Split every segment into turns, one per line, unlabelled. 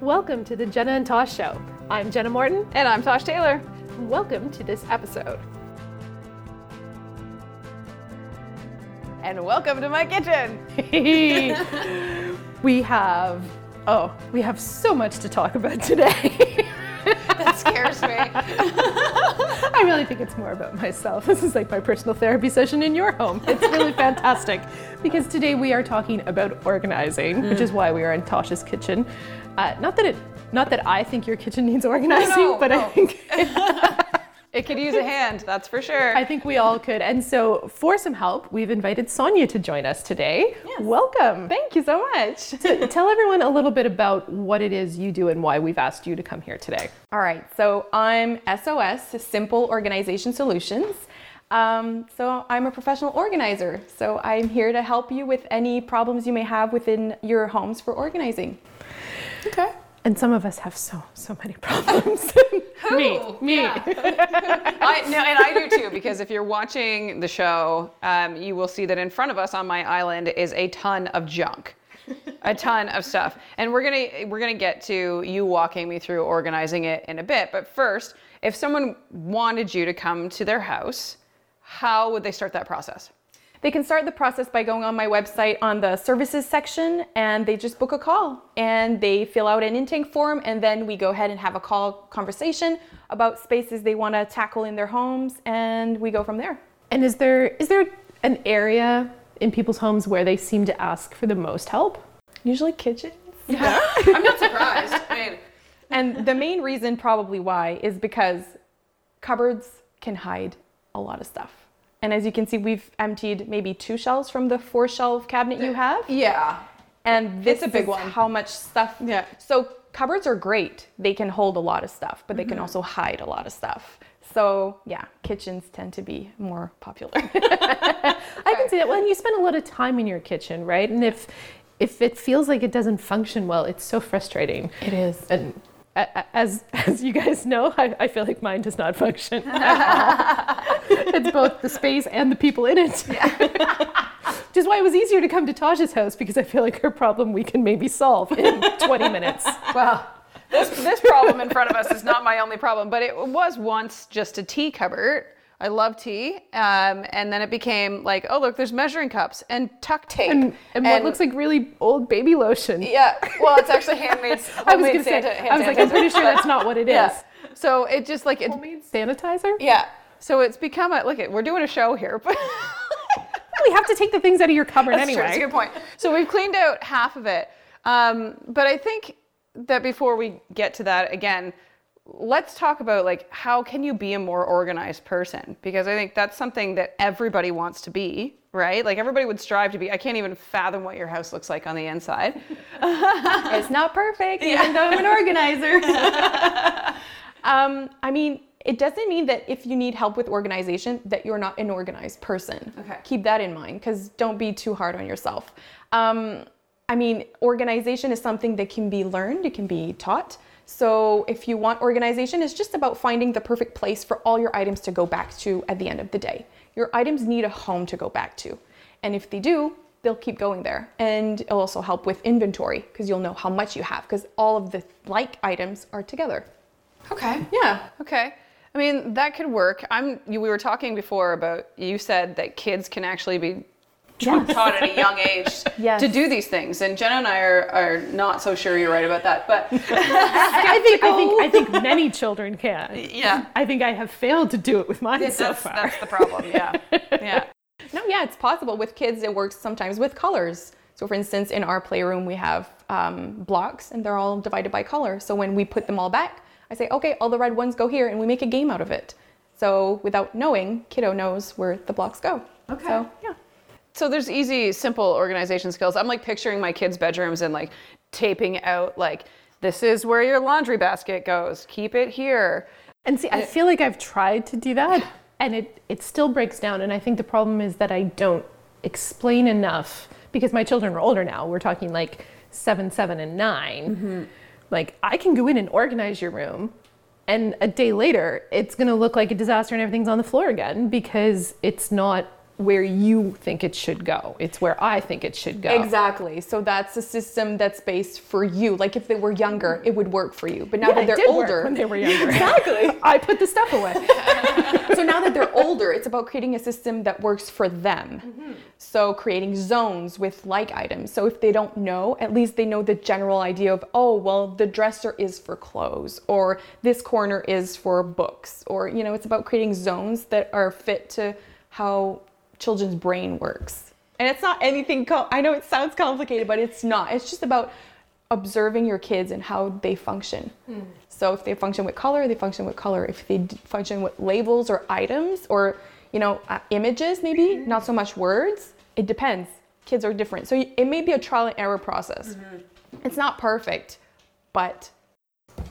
Welcome to the Jenna and Tosh Show. I'm Jenna Morton.
And I'm Tosh Taylor.
Welcome to this episode.
And welcome to my kitchen.
we have, oh, we have so much to talk about today.
That scares me.
I really think it's more about myself. This is like my personal therapy session in your home. It's really fantastic because today we are talking about organizing, which
Mm.
is why we are in Tasha's kitchen. Uh, not that it, not that I think your kitchen needs organizing,
No,
but I
no.
think
It could use a hand, that's for sure.
I think we all could. And so, for some help, we've invited Sonia to join us today. Welcome.
Thank you so much.
So tell everyone a little bit about what it is you do and why we've asked you to come here today.
All right, so I'm SOS, Simple Organization Solutions. Um, so I'm a professional organizer, so I'm here to help you with any problems you may have within your homes for organizing.
Okay. And some of us have so so many problems. Me, me.
I, no, and I do too, because if you're watching the show, um, you will see that in front of us on my island is a ton of junk, a ton of stuff, and we're gonna we're gonna get to you walking me through organizing it in a bit. But first, if someone wanted you to come to their house, how would they start that process?
They can start the process by going on my website on the services section and they just book a call and they fill out an intake form and then we go ahead and have a call conversation about spaces they want to tackle in their homes and we go from there.
And is there is there an area in people's homes where they seem to ask for the most help?
Usually kitchens.
I'm not surprised. I mean,
and the main reason probably why is because cupboards can hide a lot of stuff. And as you can see, we've emptied maybe two shelves from the four shelf cabinet you have.
yeah.
And this
a big
is
one.
how much stuff.
Yeah.
So cupboards are great. They can hold a lot of stuff, but they
Mm-hmm.
can also hide a lot of stuff. So yeah, kitchens tend to be more popular.
I can see that. Well, and you spend a lot of time in your kitchen, right? And if if it feels like it doesn't function well, it's so frustrating.
It is.
And a- a- as as you guys know, I, I feel like mine does not function. it's both the space and the people in it. Which is why it was easier to come to Taj's house because I feel like her problem we can maybe solve in 20 minutes.
Well, this, this problem in front of us is not my only problem, but it was once just a tea cupboard. I love tea. Um, and then it became like, oh, look, there's measuring cups and tuck tape.
And, and what looks like really old baby lotion.
Yeah. Well, it's actually
I
handmade.
was
homemade
gonna say,
Santa- hand
I was like, I'm
sanitizer.
pretty sure that's not what it is.
Yeah. So it just like, it,
Homemade sanitizer?
yeah. So it's become a, look, at we're doing a show here, but.
We have to take the things out of your cupboard
That's true.
anyway.
That's a good point. So we've cleaned out half of it. Um, but I think that before we get to that again, let's talk about like how can you be a more organized person? Because I think that's something that everybody wants to be, right? Like everybody would strive to be. I can't even fathom what your house looks like on the inside.
it's not perfect, even though I'm an organizer. um, I mean, it doesn't mean that if you need help with organization that you're not an organized person.
Okay.
Keep that in mind because don't be too hard on yourself. Um, I mean, organization is something that can be learned, it can be taught. So if you want organization, it's just about finding the perfect place for all your items to go back to at the end of the day. Your items need a home to go back to. And if they do, they'll keep going there. And it'll also help with inventory because you'll know how much you have because all of the like items are together.
Okay.
Yeah.
Okay. I mean, that could work. I'm you, we were talking before about you said that kids can actually be taught at a young age
Yes.
to do these things. And Jenna and I are, are not so sure you're right about that. But
I, I think, I, think, I think many children can.
yeah,
I think I have failed to do it with mine so
that's,
far.
that's the problem. Yeah. Yeah.
No, yeah, it's possible. With kids, it works sometimes with colors. So, for instance, in our playroom, we have um, blocks and they're all divided by color. So, when we put them all back, I say, okay, all the red ones go here, and we make a game out of it. So, without knowing, kiddo knows where the blocks go. Okay. So, yeah.
So there's easy, simple organization skills. I'm like picturing my kids' bedrooms and like taping out like this is where your laundry basket goes. Keep it here.
And see, I feel like I've tried to do that, and it, it still breaks down. And I think the problem is that I don't explain enough because my children are older now. We're talking like seven, seven, and 9
Mm-hmm.
Like, I can go in and organize your room, and a day later, it's going to look like a disaster and everything's on the floor again because it's not where you think it should go. It's where I think it should go.
Exactly. So that's a system that's based for you. Like if they were younger, it would work for you. But now
Yeah,
that
it
they're
did work
older,
when they were younger.
exactly.
I put the stuff away.
so now that they're older, it's about creating a system that works for them. So creating zones with like items. So if they don't know, at least they know the general idea of, oh, well, the dresser is for clothes, or this corner is for books, or, you know, it's about creating zones that are fit to how children's brain works. And it's not anything, co- I know it sounds complicated, but it's not. It's just about observing your kids and how they function.
Hmm.
So if they function with color, they function with color. If they d- function with labels or items or you know uh, images, maybe
Mm-hmm.
not so much words. It depends. Kids are different, so y- it may be a trial and error process.
Mm-hmm.
It's not perfect, but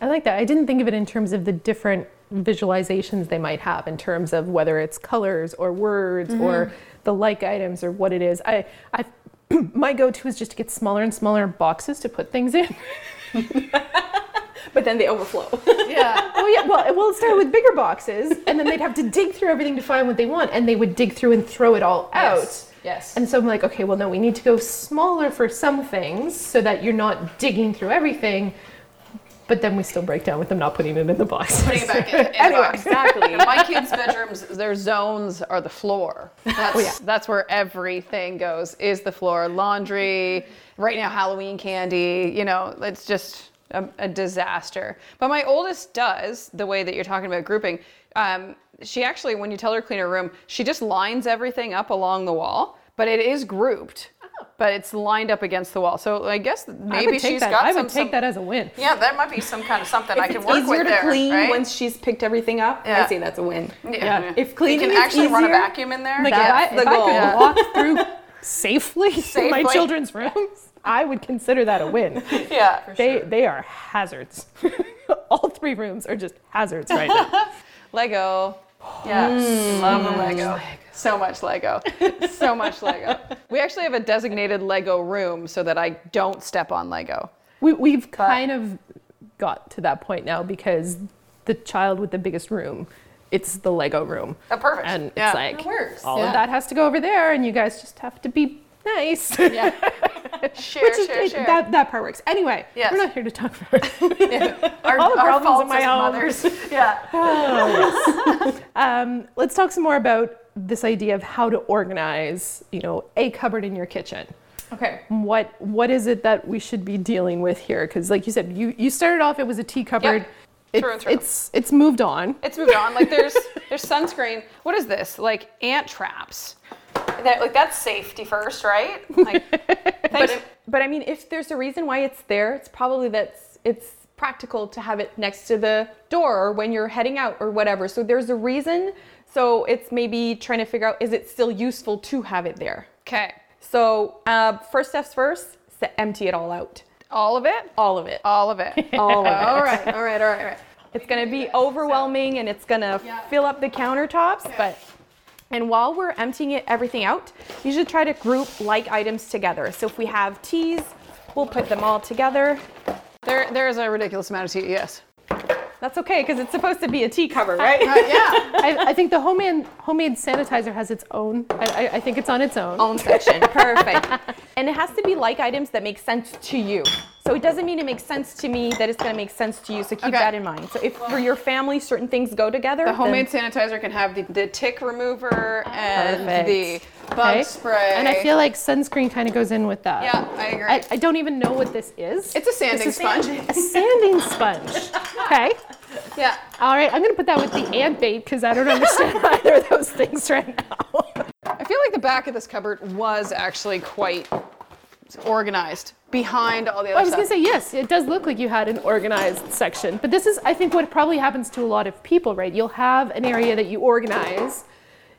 I like that. I didn't think of it in terms of the different visualizations they might have in terms of whether it's colors or words or the like items or what it is. I, I, my go-to is just to get smaller and smaller boxes to put things in.
but then they overflow.
Yeah. Oh yeah. Well, well, it started with bigger boxes, and then they'd have to dig through everything to find what they want, and they would dig through and throw it all out.
Yes, yes.
And so I'm like, okay, well, no, we need to go smaller for some things so that you're not digging through everything. But then we still break down with them not putting it in the box.
Putting it back in, in the box.
exactly.
My kids' bedrooms, their zones are the floor.
Oh,
That's, that's where everything goes, is the floor. Laundry, right now Halloween candy, you know, it's just a, a disaster. But my oldest does, the way that you're talking about grouping, um, she actually, when you tell her to clean her room, she just lines everything up along the wall, but it is grouped. But it's lined up against the wall, so I guess
I
maybe
would take
she's
that.
got
I
some.
would take
some-
that as a win.
Yeah, that might be some kind of something I can
it's
work
easier
with
to
there.
clean
right?
once she's picked everything up.
Yeah.
I'd say that's a win.
Yeah.
If cleaning
you
is
can actually run a
easier-
vacuum in there.
Like
That's
if I,
the
if I could
goal. Yeah.
walk through safely, to my
Safely.
children's rooms, I would consider that a win.
yeah.
They they are hazards. All three rooms are just hazards right now.
Lego. Yeah, love a Mm. Lego. So much Lego. so much Lego. We actually have a designated Lego room so that I don't step on Lego.
We, we've kind of got to that point now because the child with the biggest room, it's the Lego room.
Oh, perfect.
And
Yeah.
it's like,
That works.
all
Yeah.
of that has to go over there, and you guys just have to be nice.
Yeah. share,
Which is,
share,
it-
share.
That, that part works. Anyway,
Yes.
we're not here to talk for
our,
all the
our
problems of
faults
my
as
own.
mothers. Yeah.
Um, let's talk some more about this idea of how to organize, you know, a cupboard in your kitchen.
Okay.
What what is it that we should be dealing with here? Because like you said, you, you started off it was a tea cupboard. It-
Through and through.
It's it's moved on.
It's moved on. Like there's there's sunscreen. What is this? Like ant traps. That like that's safety first, right? Like thanks.
But, but I mean, if there's a reason why it's there, it's probably that's it's practical to have it next to the door or when you're heading out or whatever. So there's a reason. So it's maybe trying to figure out is it still useful to have it there.
Okay.
So uh, first steps first, se- empty it all out,
All of it?
all of it,
All of it.
all of it.
All right, all right, all right, all right.
It's gonna be overwhelming and it's gonna fill up the countertops, but and while we're emptying it everything out, you should try to group like items together. So if we have teas, we'll put them all together.
There, there is a ridiculous amount of E tea. Yes.
That's okay because it's supposed to be a tea cover, right?
yeah.
I, I think the homemade homemade sanitizer has its own. I, I, I think it's on its own.
own section. Perfect. and it has to be like items that make sense to you. So it doesn't mean it makes sense to me that it's gonna make sense to you. So keep
Okay.
that in mind. So if for your family certain things go together,
The
then-
homemade sanitizer can have the, the tick remover and
Perfect.
the bug
Okay?
spray.
And I feel like sunscreen kind of goes in with that.
Yeah, I agree.
I, I don't even know what this is.
it's a sanding sponge.
a sanding sponge. Okay.
Yeah.
All right. I'm gonna put that with the ant bait because I don't understand either of those things right now.
I feel like the back of this cupboard was actually quite organized behind all the other
I was
stuff.
gonna say yes. It does look like you had an organized section, but this is, I think, what probably happens to a lot of people, right? You'll have an area that you organize,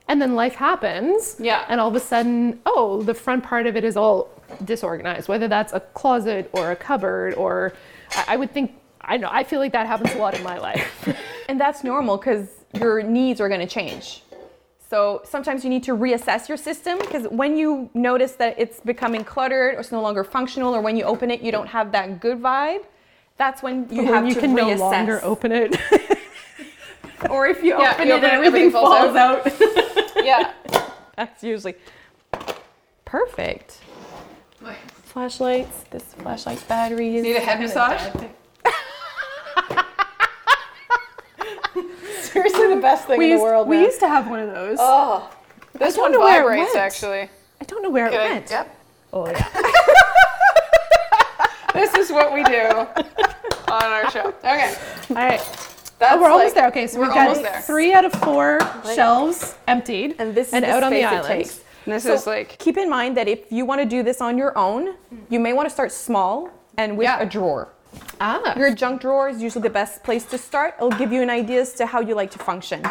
and then life happens.
Yeah.
And all of a sudden, oh, the front part of it is all disorganized, whether that's a closet or a cupboard, or I, I would think. I know. I feel like that happens a lot in my life.
And that's normal because your needs are going to change. So sometimes you need to reassess your system because when you notice that it's becoming cluttered or it's no longer functional, or when you open it, you don't have that good vibe. That's when you have
When you
to
can no
reassess.
longer open it.
Or if you
Yeah,
open
you
it
open it, everything
and everything
falls
falls out.
yeah.
That's usually perfect. Flashlights. This flashlight's battery is.
Need a head massage?
Seriously, the best thing
we
in
used,
the world.
we
man.
used to have one of those.
Oh,
This
don't
one
know where it
vibrates
went.
actually.
I don't know where it
Good.
went.
Yep.
Oh yeah.
This is what we do on our show. Okay.
All right.
That's
Oh, we're almost
like-
there. Okay, so
we're
we've got
almost there.
three out of four shelves emptied
And this is the
out on the
space it
island.
takes.
This
So
is like
keep in mind that if you want to do this on your own,
Mm-hmm.
you may want to start small and with
Yeah.
a drawer.
ah.
Your junk drawer is usually the best place to start. It'll give you an idea as to how you like to function.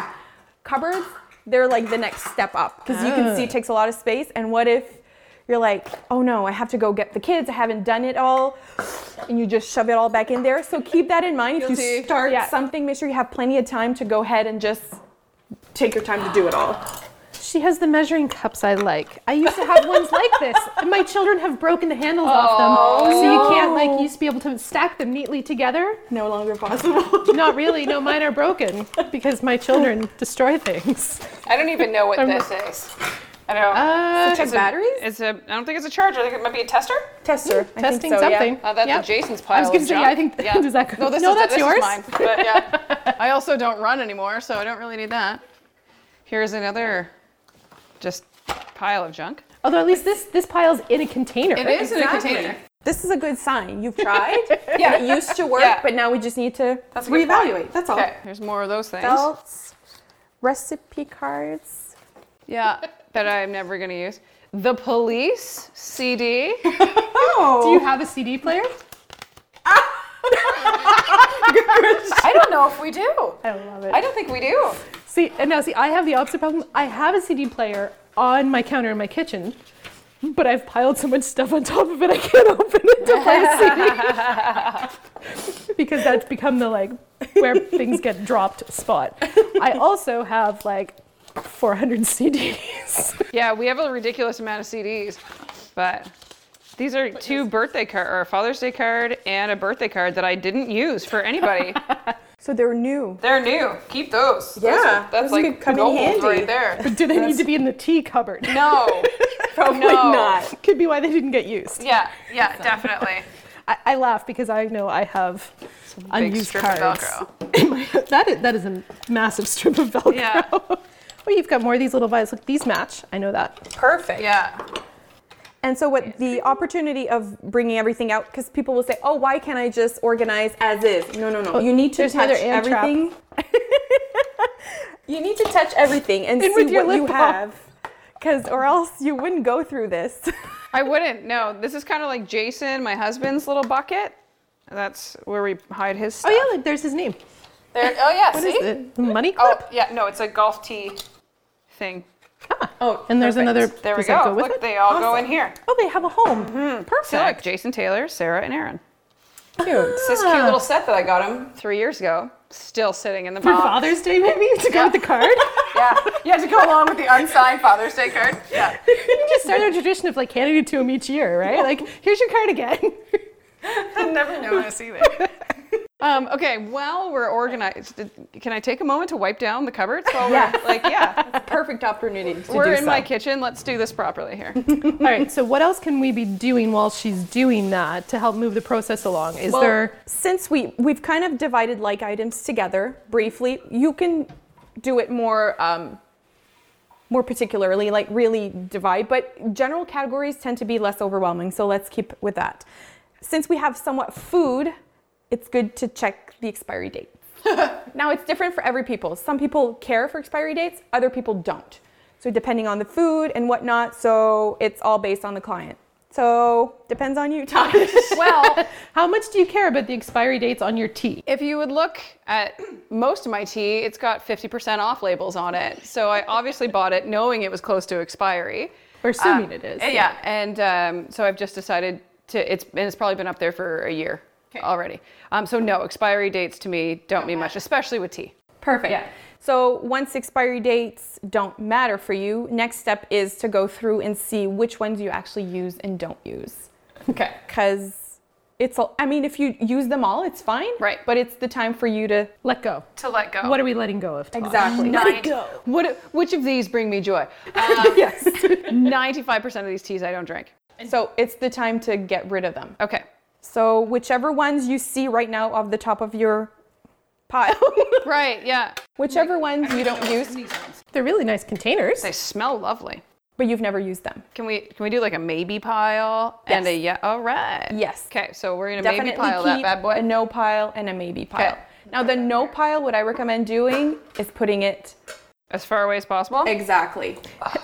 Cupboards, they're like the next step up because you can see
Ah.
it takes a lot of space. And what if you're like, oh no, I have to go get the kids. I haven't done it all, and you just shove it all back in there. So keep that in mind. If you
Guilty.
start
Yeah.
something, make sure you have plenty of time to go ahead and just take your time to do it all.
She has the measuring cups I like. I used to have ones like this, and my children have broken the handles off them, so you can't like you used to be able to stack them neatly together.
No longer possible.
Not really. No, mine are broken because my children destroy things.
I don't even know what
I'm-
this is. I don't.
Uh,
It's
check
a-
batteries?
It's a. I don't think it's a charger. I think it might be a tester.
Tester. I think
testing
so, yeah.
something.
Uh, that's
Yep.
Jason's pile.
I was gonna
of
say,
junk.
I think- does that go-
No, this
No,
is,
that's
this is
yours?
mine, but yeah. I also don't run anymore, so I don't really need that. Here's another, just pile of junk.
Although at least this this pile's in a container.
It is in a container.
This is a good sign. You've tried. yeah.
Yeah.
It used to work,
Yeah.
but now we just need to
That's a good point.
reevaluate. That's all.
Okay. Here's more of those things.
Belts, recipe cards.
Yeah, that I'm never gonna use. The Police CD.
Oh.
Do you have a CD player?
I don't know if we do.
I love it.
I don't think we do.
See, and now see, I have the opposite problem. I have a CD player on my counter in my kitchen, but I've piled so much stuff on top of it I can't open it to play a CD. because that's become the like where things get dropped spot. I also have like 400 CDs.
Yeah, we have a ridiculous amount of CDs, but these are two birthday card or a Father's Day card and a birthday card that I didn't use for anybody.
So they're new.
They're new. Keep those. Those
Yeah,
are- that's
those
like
could come in
gold
handy.
right there.
Do they need to be in the tea cupboard?
No, probably
Could be why they didn't get used.
Yeah, yeah, definitely.
I, I laugh because I know I have unused
strip of
cards. in my- that is that is a massive strip of Velcro.
Yeah.
oh, you've got more of these little vials. Look, these match. I know that.
Perfect.
Yeah,
And so, what the opportunity of bringing everything out, because people will say, oh, why can't I just organize as is? No, no, no. you need to
there's
touch
another ant trap.
everything. you need to touch everything and
In
see
with your
what you
lip balm.
have. Because, or else you wouldn't go through this.
I wouldn't. No, this is kind of like Jason, my husband's little bucket. That's where we hide his
Oh
stuff.
yeah, like there's his name.
There, oh yeah.
What is
see?
it? The money
Oh
clip.
yeah. No, it's a golf tee thing.
Oh, and there's
Perfect.
another.
There we
does that
go.
with
Look,
it?
they all go in here.
Oh, they have a home. Perfect.
So look, Jason Taylor, Sarah, and Aaron.
Cute.
It's this cute little set that I got him three years ago. Still sitting in the
for
box.
Father's Day, maybe to go with the card.
Yeah, you had to go along with the unsigned Father's Day card. Yeah.
you just started a tradition of like handing it to him each year, right? Like, here's your card again.
I never noticed either. Um, okay, while we're organized, can I take a moment to wipe down the cupboards? While
Yeah.
We're, like, yeah,
Perfect opportunity. To
we're
do
in my
so.
kitchen. Let's do this properly here.
all right. So what else can we be doing while she's doing that to help move the process along? Is
Well,
there
since we we've kind of divided like items together briefly, you can do it more um, more particularly, like really divide. But general categories tend to be less overwhelming, so let's keep with that. Since we have somewhat food, it's good to check the expiry date. now it's different for every people. Some people care for expiry dates, other people don't. So depending on the food and whatnot, so it's all based on the client. So depends on you, Todd.
Well,
How much do you care about the expiry dates on your tea?
if you would look at most of my tea, it's got 50% off labels on it. So I obviously bought it knowing it was close to expiry.
Or assuming
Um,
it is.
and Yeah, and um, so I've just decided to. It's and it's probably been up there for a year already. Um, so no, expiry dates to me don't mean much, especially with tea.
Perfect.
Yeah.
So once expiry dates don't matter for you, next step is to go through and see which ones you actually use and don't use.
Okay.
Because It's all, I mean, if you use them all, it's fine.
Right.
But it's the time for you to
Let go.
to let go.
What are we letting go of? Todd?
exactly.
Nine-
Let go.
What, which of these bring me joy? Um,
yes.
Ninety-five percent of these teas I don't drink.
So it's the time to get rid of them.
Okay.
So whichever ones you see right now off the top of your pile,
Right. Yeah.
whichever ones you don't use,
They're really nice containers.
They smell lovely.
but you've never used them.
Can we can we do like a maybe pile and a yeah? All right.
Yes.
Okay. So we're gonna
Definitely
maybe pile that
keep
bad boy.
a no pile and a maybe pile.
Okay.
Now the no pile, what I recommend doing is putting it
as far away as possible.
exactly.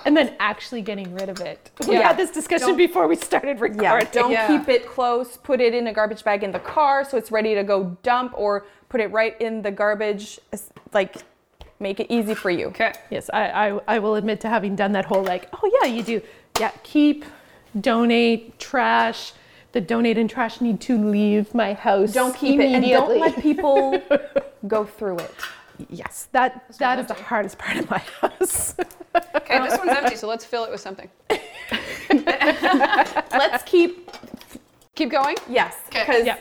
And then actually getting rid of it. We
Yeah.
had this discussion
Don't-
before we started recording.
Yeah, don't
Yeah.
keep it close. Put it in a garbage bag in the car so it's ready to go dump, or put it right in the garbage. It's Like, make it easy for you.
Okay.
Yes, I, I, I will admit to having done that whole like, oh yeah, you do. Yeah, keep, donate, trash. The donate and trash need to leave my house.
Don't keep it and
immediately.
don't let people go through it.
Yes, that that is the hardest part of my house.
Okay. Oh, This one's empty, so let's fill it with something.
Let's keep
Keep going.
yes,
'Kay.
because
Yeah.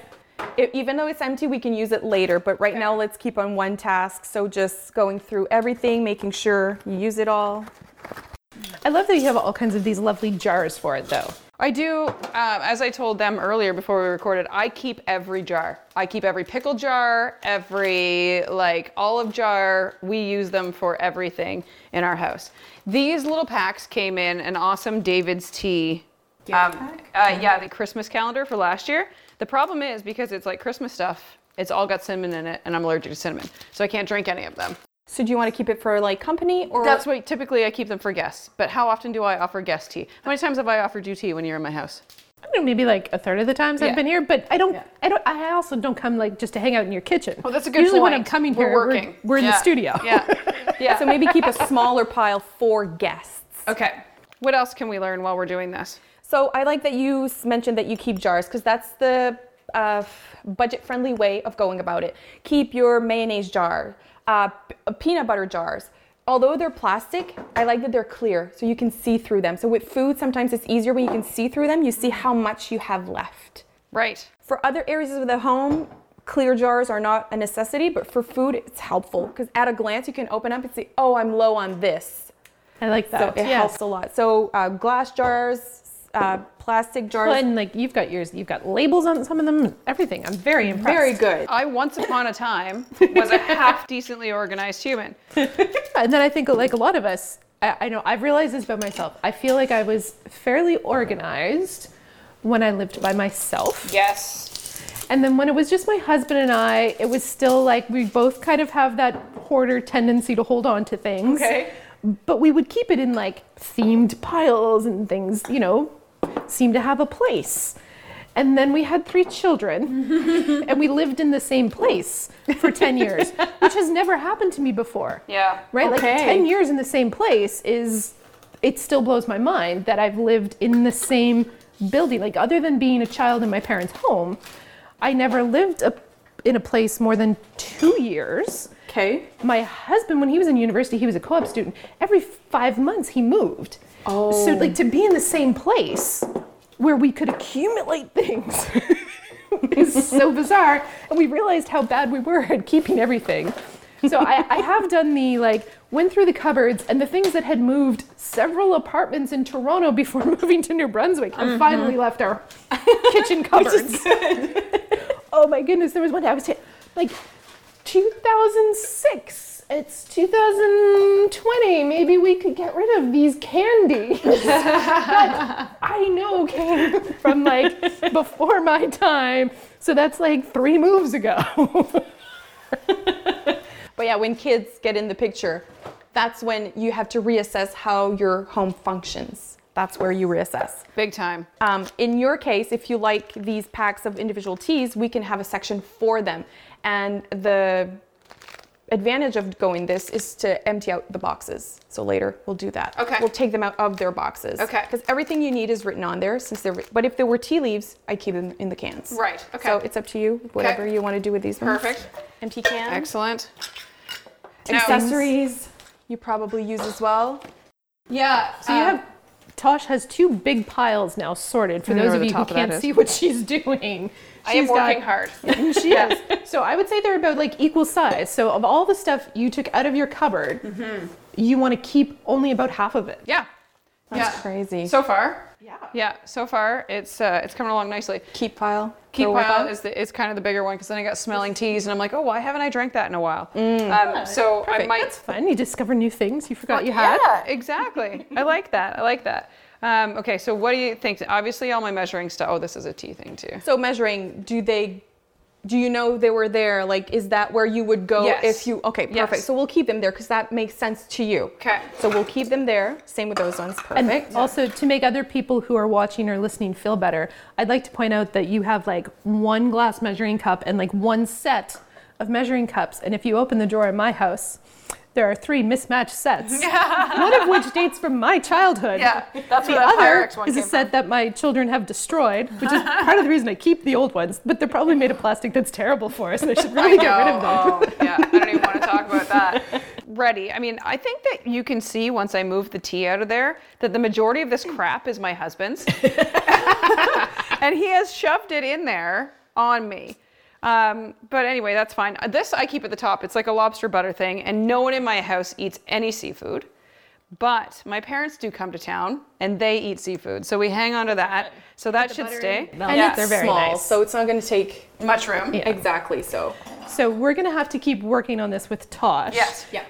even though it's empty, we can use it later. But right now, let's keep on one task. So just going through everything, making sure you use it all.
I love that you have all kinds of these lovely jars for it, though.
I do, um, as I told them earlier before we recorded, I keep every jar. I keep every pickle jar, every like olive jar. We use them for everything in our house. These little packs came in an awesome David's Tea. Um, uh, yeah, the Christmas calendar for last year. The problem is because it's like Christmas stuff, it's all got cinnamon in it, and I'm allergic to cinnamon. So I can't drink any of them.
So do you want to keep it for like company or?
That's why typically I keep them for guests. But how often do I offer guest tea? How many times have I offered you tea when you're in my house?
I don't know, maybe like a third of the times
Yeah.
I've been here, but I don't.
Yeah.
I don't. I also don't come like just to hang out in your kitchen.
Well, that's a good
Usually when
point.
I'm coming
We're
here, we're,
working.
we're in
Yeah.
the studio.
Yeah. Yeah.
so maybe keep a smaller pile for guests.
okay. What else can we learn while we're doing this?
So I like that you s- mentioned that you keep jars because that's the uh, budget-friendly way of going about it. Keep your mayonnaise jar, uh, p- uh, peanut butter jars. Although they're plastic, I like that they're clear so you can see through them. So with food, sometimes it's easier when you can see through them. You see how much you have left.
Right.
For other areas of the home, clear jars are not a necessity, but for food, it's helpful because at a glance you can open up and see, oh, I'm low on this.
I like
So
that.
it
yeah.
helps a lot. So uh, glass jars, uh, plastic jars.
Well, and like you've got yours, you've got labels on some of them, everything. I'm very impressed.
Very good.
I once upon a time was a half decently organized human.
Yeah, and then I think like a lot of us, I, I know I've realized this about myself. I feel like I was fairly organized when I lived by myself.
Yes.
And then when it was just my husband and I, it was still like we both kind of have that hoarder tendency to hold on to things.
Okay.
But we would keep it in like themed piles and things, you know, seem to have a place. And then we had three children and we lived in the same place for 10 years, which has never happened to me before.
Yeah.
Right? Like
Okay.
10 years in the same place is, it still blows my mind that I've lived in the same building. Like, other than being a child in my parents' home, I never lived a, in a place more than two years.
Okay.
My husband, when he was in university, he was a co op student. Every five months, he moved. Oh. So, like, to be in the same place where we could accumulate things is so bizarre. And we realized how bad we were at keeping everything. So, I, I have done the like, went through the cupboards and the things that had moved several apartments in Toronto before moving to New Brunswick and finally left our kitchen cupboards. oh my goodness, there was one day I was hit, like 2006. It's 2020. Maybe we could get rid of these candies that I know came from like before my time. So that's like three moves ago.
But yeah, when kids get in the picture, that's when you have to reassess how your home functions. That's where you reassess.
Big time.
Um, in your case, if you like these packs of individual teas, we can have a section for them. And the advantage of going this is to empty out the boxes. So later we'll do that.
Okay.
We'll take them out of their boxes.
Okay.
Because everything you need is written on there since they're. But if there were tea leaves, I keep them in the cans.
Right, okay.
So it's up to you. Whatever you want to do with these. Ones.
Perfect.
Empty can.
Excellent.
Accessories. You probably use as well.
Yeah.
So you have
Tosh has two big piles now sorted. For
I don't know
those
where
of
the
you who
top of that
can't
is.
see what she's doing,
I am
she's got-
working hard.
she is. So I would say they're about like equal size. So of all the stuff you took out of your cupboard,
Mm-hmm.
you want to keep only about half of it.
Yeah.
That's
yeah.
crazy.
So far.
Yeah.
Yeah. So far, it's uh, it's coming along nicely.
keep pile.
Keep
throw away
pile is the, is kind of the bigger one because then I got smelling teas and I'm like, oh, why haven't I drank that in a while? Um, so
Mm.
I
Perfect.
might.
That's fun. You discover new things you forgot you had.
Yeah, exactly. I like that. I like that. Um, okay, so what do you think? Obviously, all my measuring stuff. Oh, this is a tea thing too.
So measuring, do they do you know they were there? Like is that where you would go
Yes.
if you Okay, perfect.
Yes.
So we'll keep them there cuz that makes sense to you.
'Kay.
So we'll keep them there. Same with those ones. Perfect.
And also to make other people who are watching or listening feel better, I'd like to point out that you have like one glass measuring cup and like one set of measuring cups. And if you open the drawer in my house, there are three mismatched sets, one of which dates from my childhood.
Yeah, that's
the
where that
other
fireworks one
is a
came
set that my children have destroyed, which is part of the reason I keep the old ones. But they're probably made of plastic that's terrible for us, and I should really get rid of them.
Oh, yeah, I don't even want to talk about that. Ready. I mean, I think that you can see once I move the tea out of there that the majority of this crap is my husband's. and he has shoved it in there on me. Um, but anyway, that's fine. Uh, This I keep at the top. It's like a lobster butter thing, and no one in my house eats any seafood. But my parents do come to town, and they eat seafood, so we hang on to that. So that should stay.
And
Yeah.
it's they're very
small,
nice.
so it's not going to take
much room.
exactly so.
So we're gonna have to keep working on this with Tosh.
Yes.
Yeah.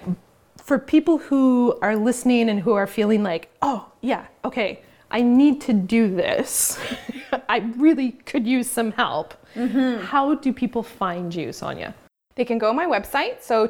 for people who are listening and who are feeling like, oh, yeah, okay, I need to do this, I really could use some help.
Mm-hmm.
How do people find you, Sonia?
They can go to my website, so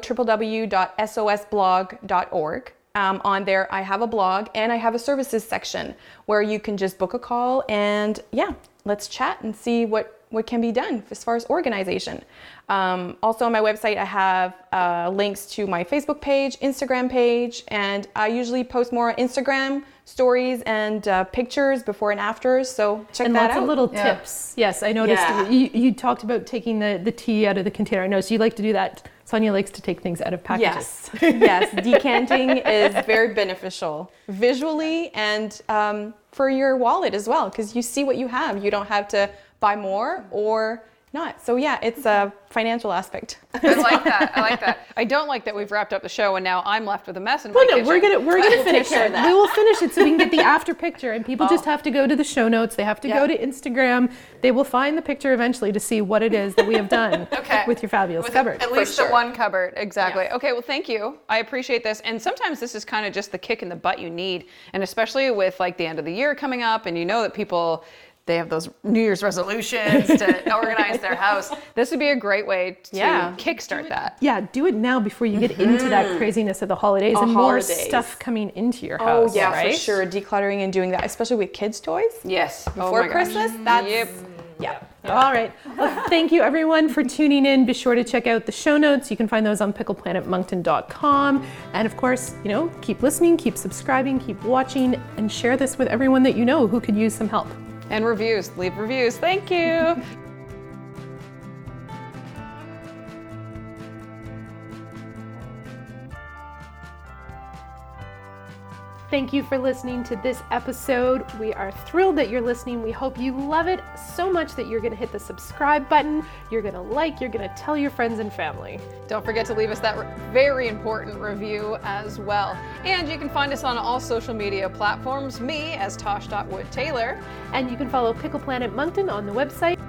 www.sosblog.org. Um, on there, I have a blog and I have a services section where you can just book a call and yeah, let's chat and see what what can be done as far as organization. Um, also, on my website, I have uh, links to my Facebook page, Instagram page, and I usually post more Instagram stories and uh, pictures before and afters. So check
and
that
lots
out.
of little tips. Yes, I noticed
Yeah.
you, you talked about taking the, the tea out of the container. I noticed you like to do that. Sonia likes to take things out of packages.
Yes, yes, decanting is very beneficial visually and um, for your wallet as well, because you see what you have. You don't have to buy more or not. So yeah, it's a financial aspect.
I like that. I like that. I don't like that we've wrapped up the show and now I'm left with a mess in my
Well, no,
kitchen.
we're gonna we're gonna finish
care
it.
of that.
We will finish it so we can get the after picture, and people just have to go to the show notes. They have to go to
Yeah.
Instagram. They will find the picture eventually to see what it is that we have done
Okay.
with your fabulous
With
cupboard.
At
for
least
sure.
the one cupboard, exactly. Okay, well, thank you. I appreciate this. And sometimes this is kind of just the kick in the butt you need, and especially with like the end of the year coming up, and you know that people they have those New Year's resolutions to organize their house. This would be a great way to
Yeah.
kickstart that.
yeah, do it now before you get into that craziness of the holidays and more
holidays.
stuff coming into your house. right?
Oh, for sure. Decluttering and doing that, especially with kids' toys
Yes. Oh
before
my gosh.
Christmas. That's
Yep.
yeah.
All right. Well, thank you everyone for tuning in. Be sure to check out the show notes. You can find those on pickleplanetmoncton.com. And of course, you know, keep listening, keep subscribing, keep watching, and share this with everyone that you know who could use some help.
And reviews. Leave reviews. Thank you.
Thank you for listening to this episode. We are thrilled that you're listening. We hope you love it so much that you're going to hit the subscribe button, you're going to like, you're going to tell your friends and family.
Don't forget to leave us that re- very important review as well. And you can find us on all social media platforms, me as Tosh.woodtaylor.
And you can follow Pickle Planet Moncton on the website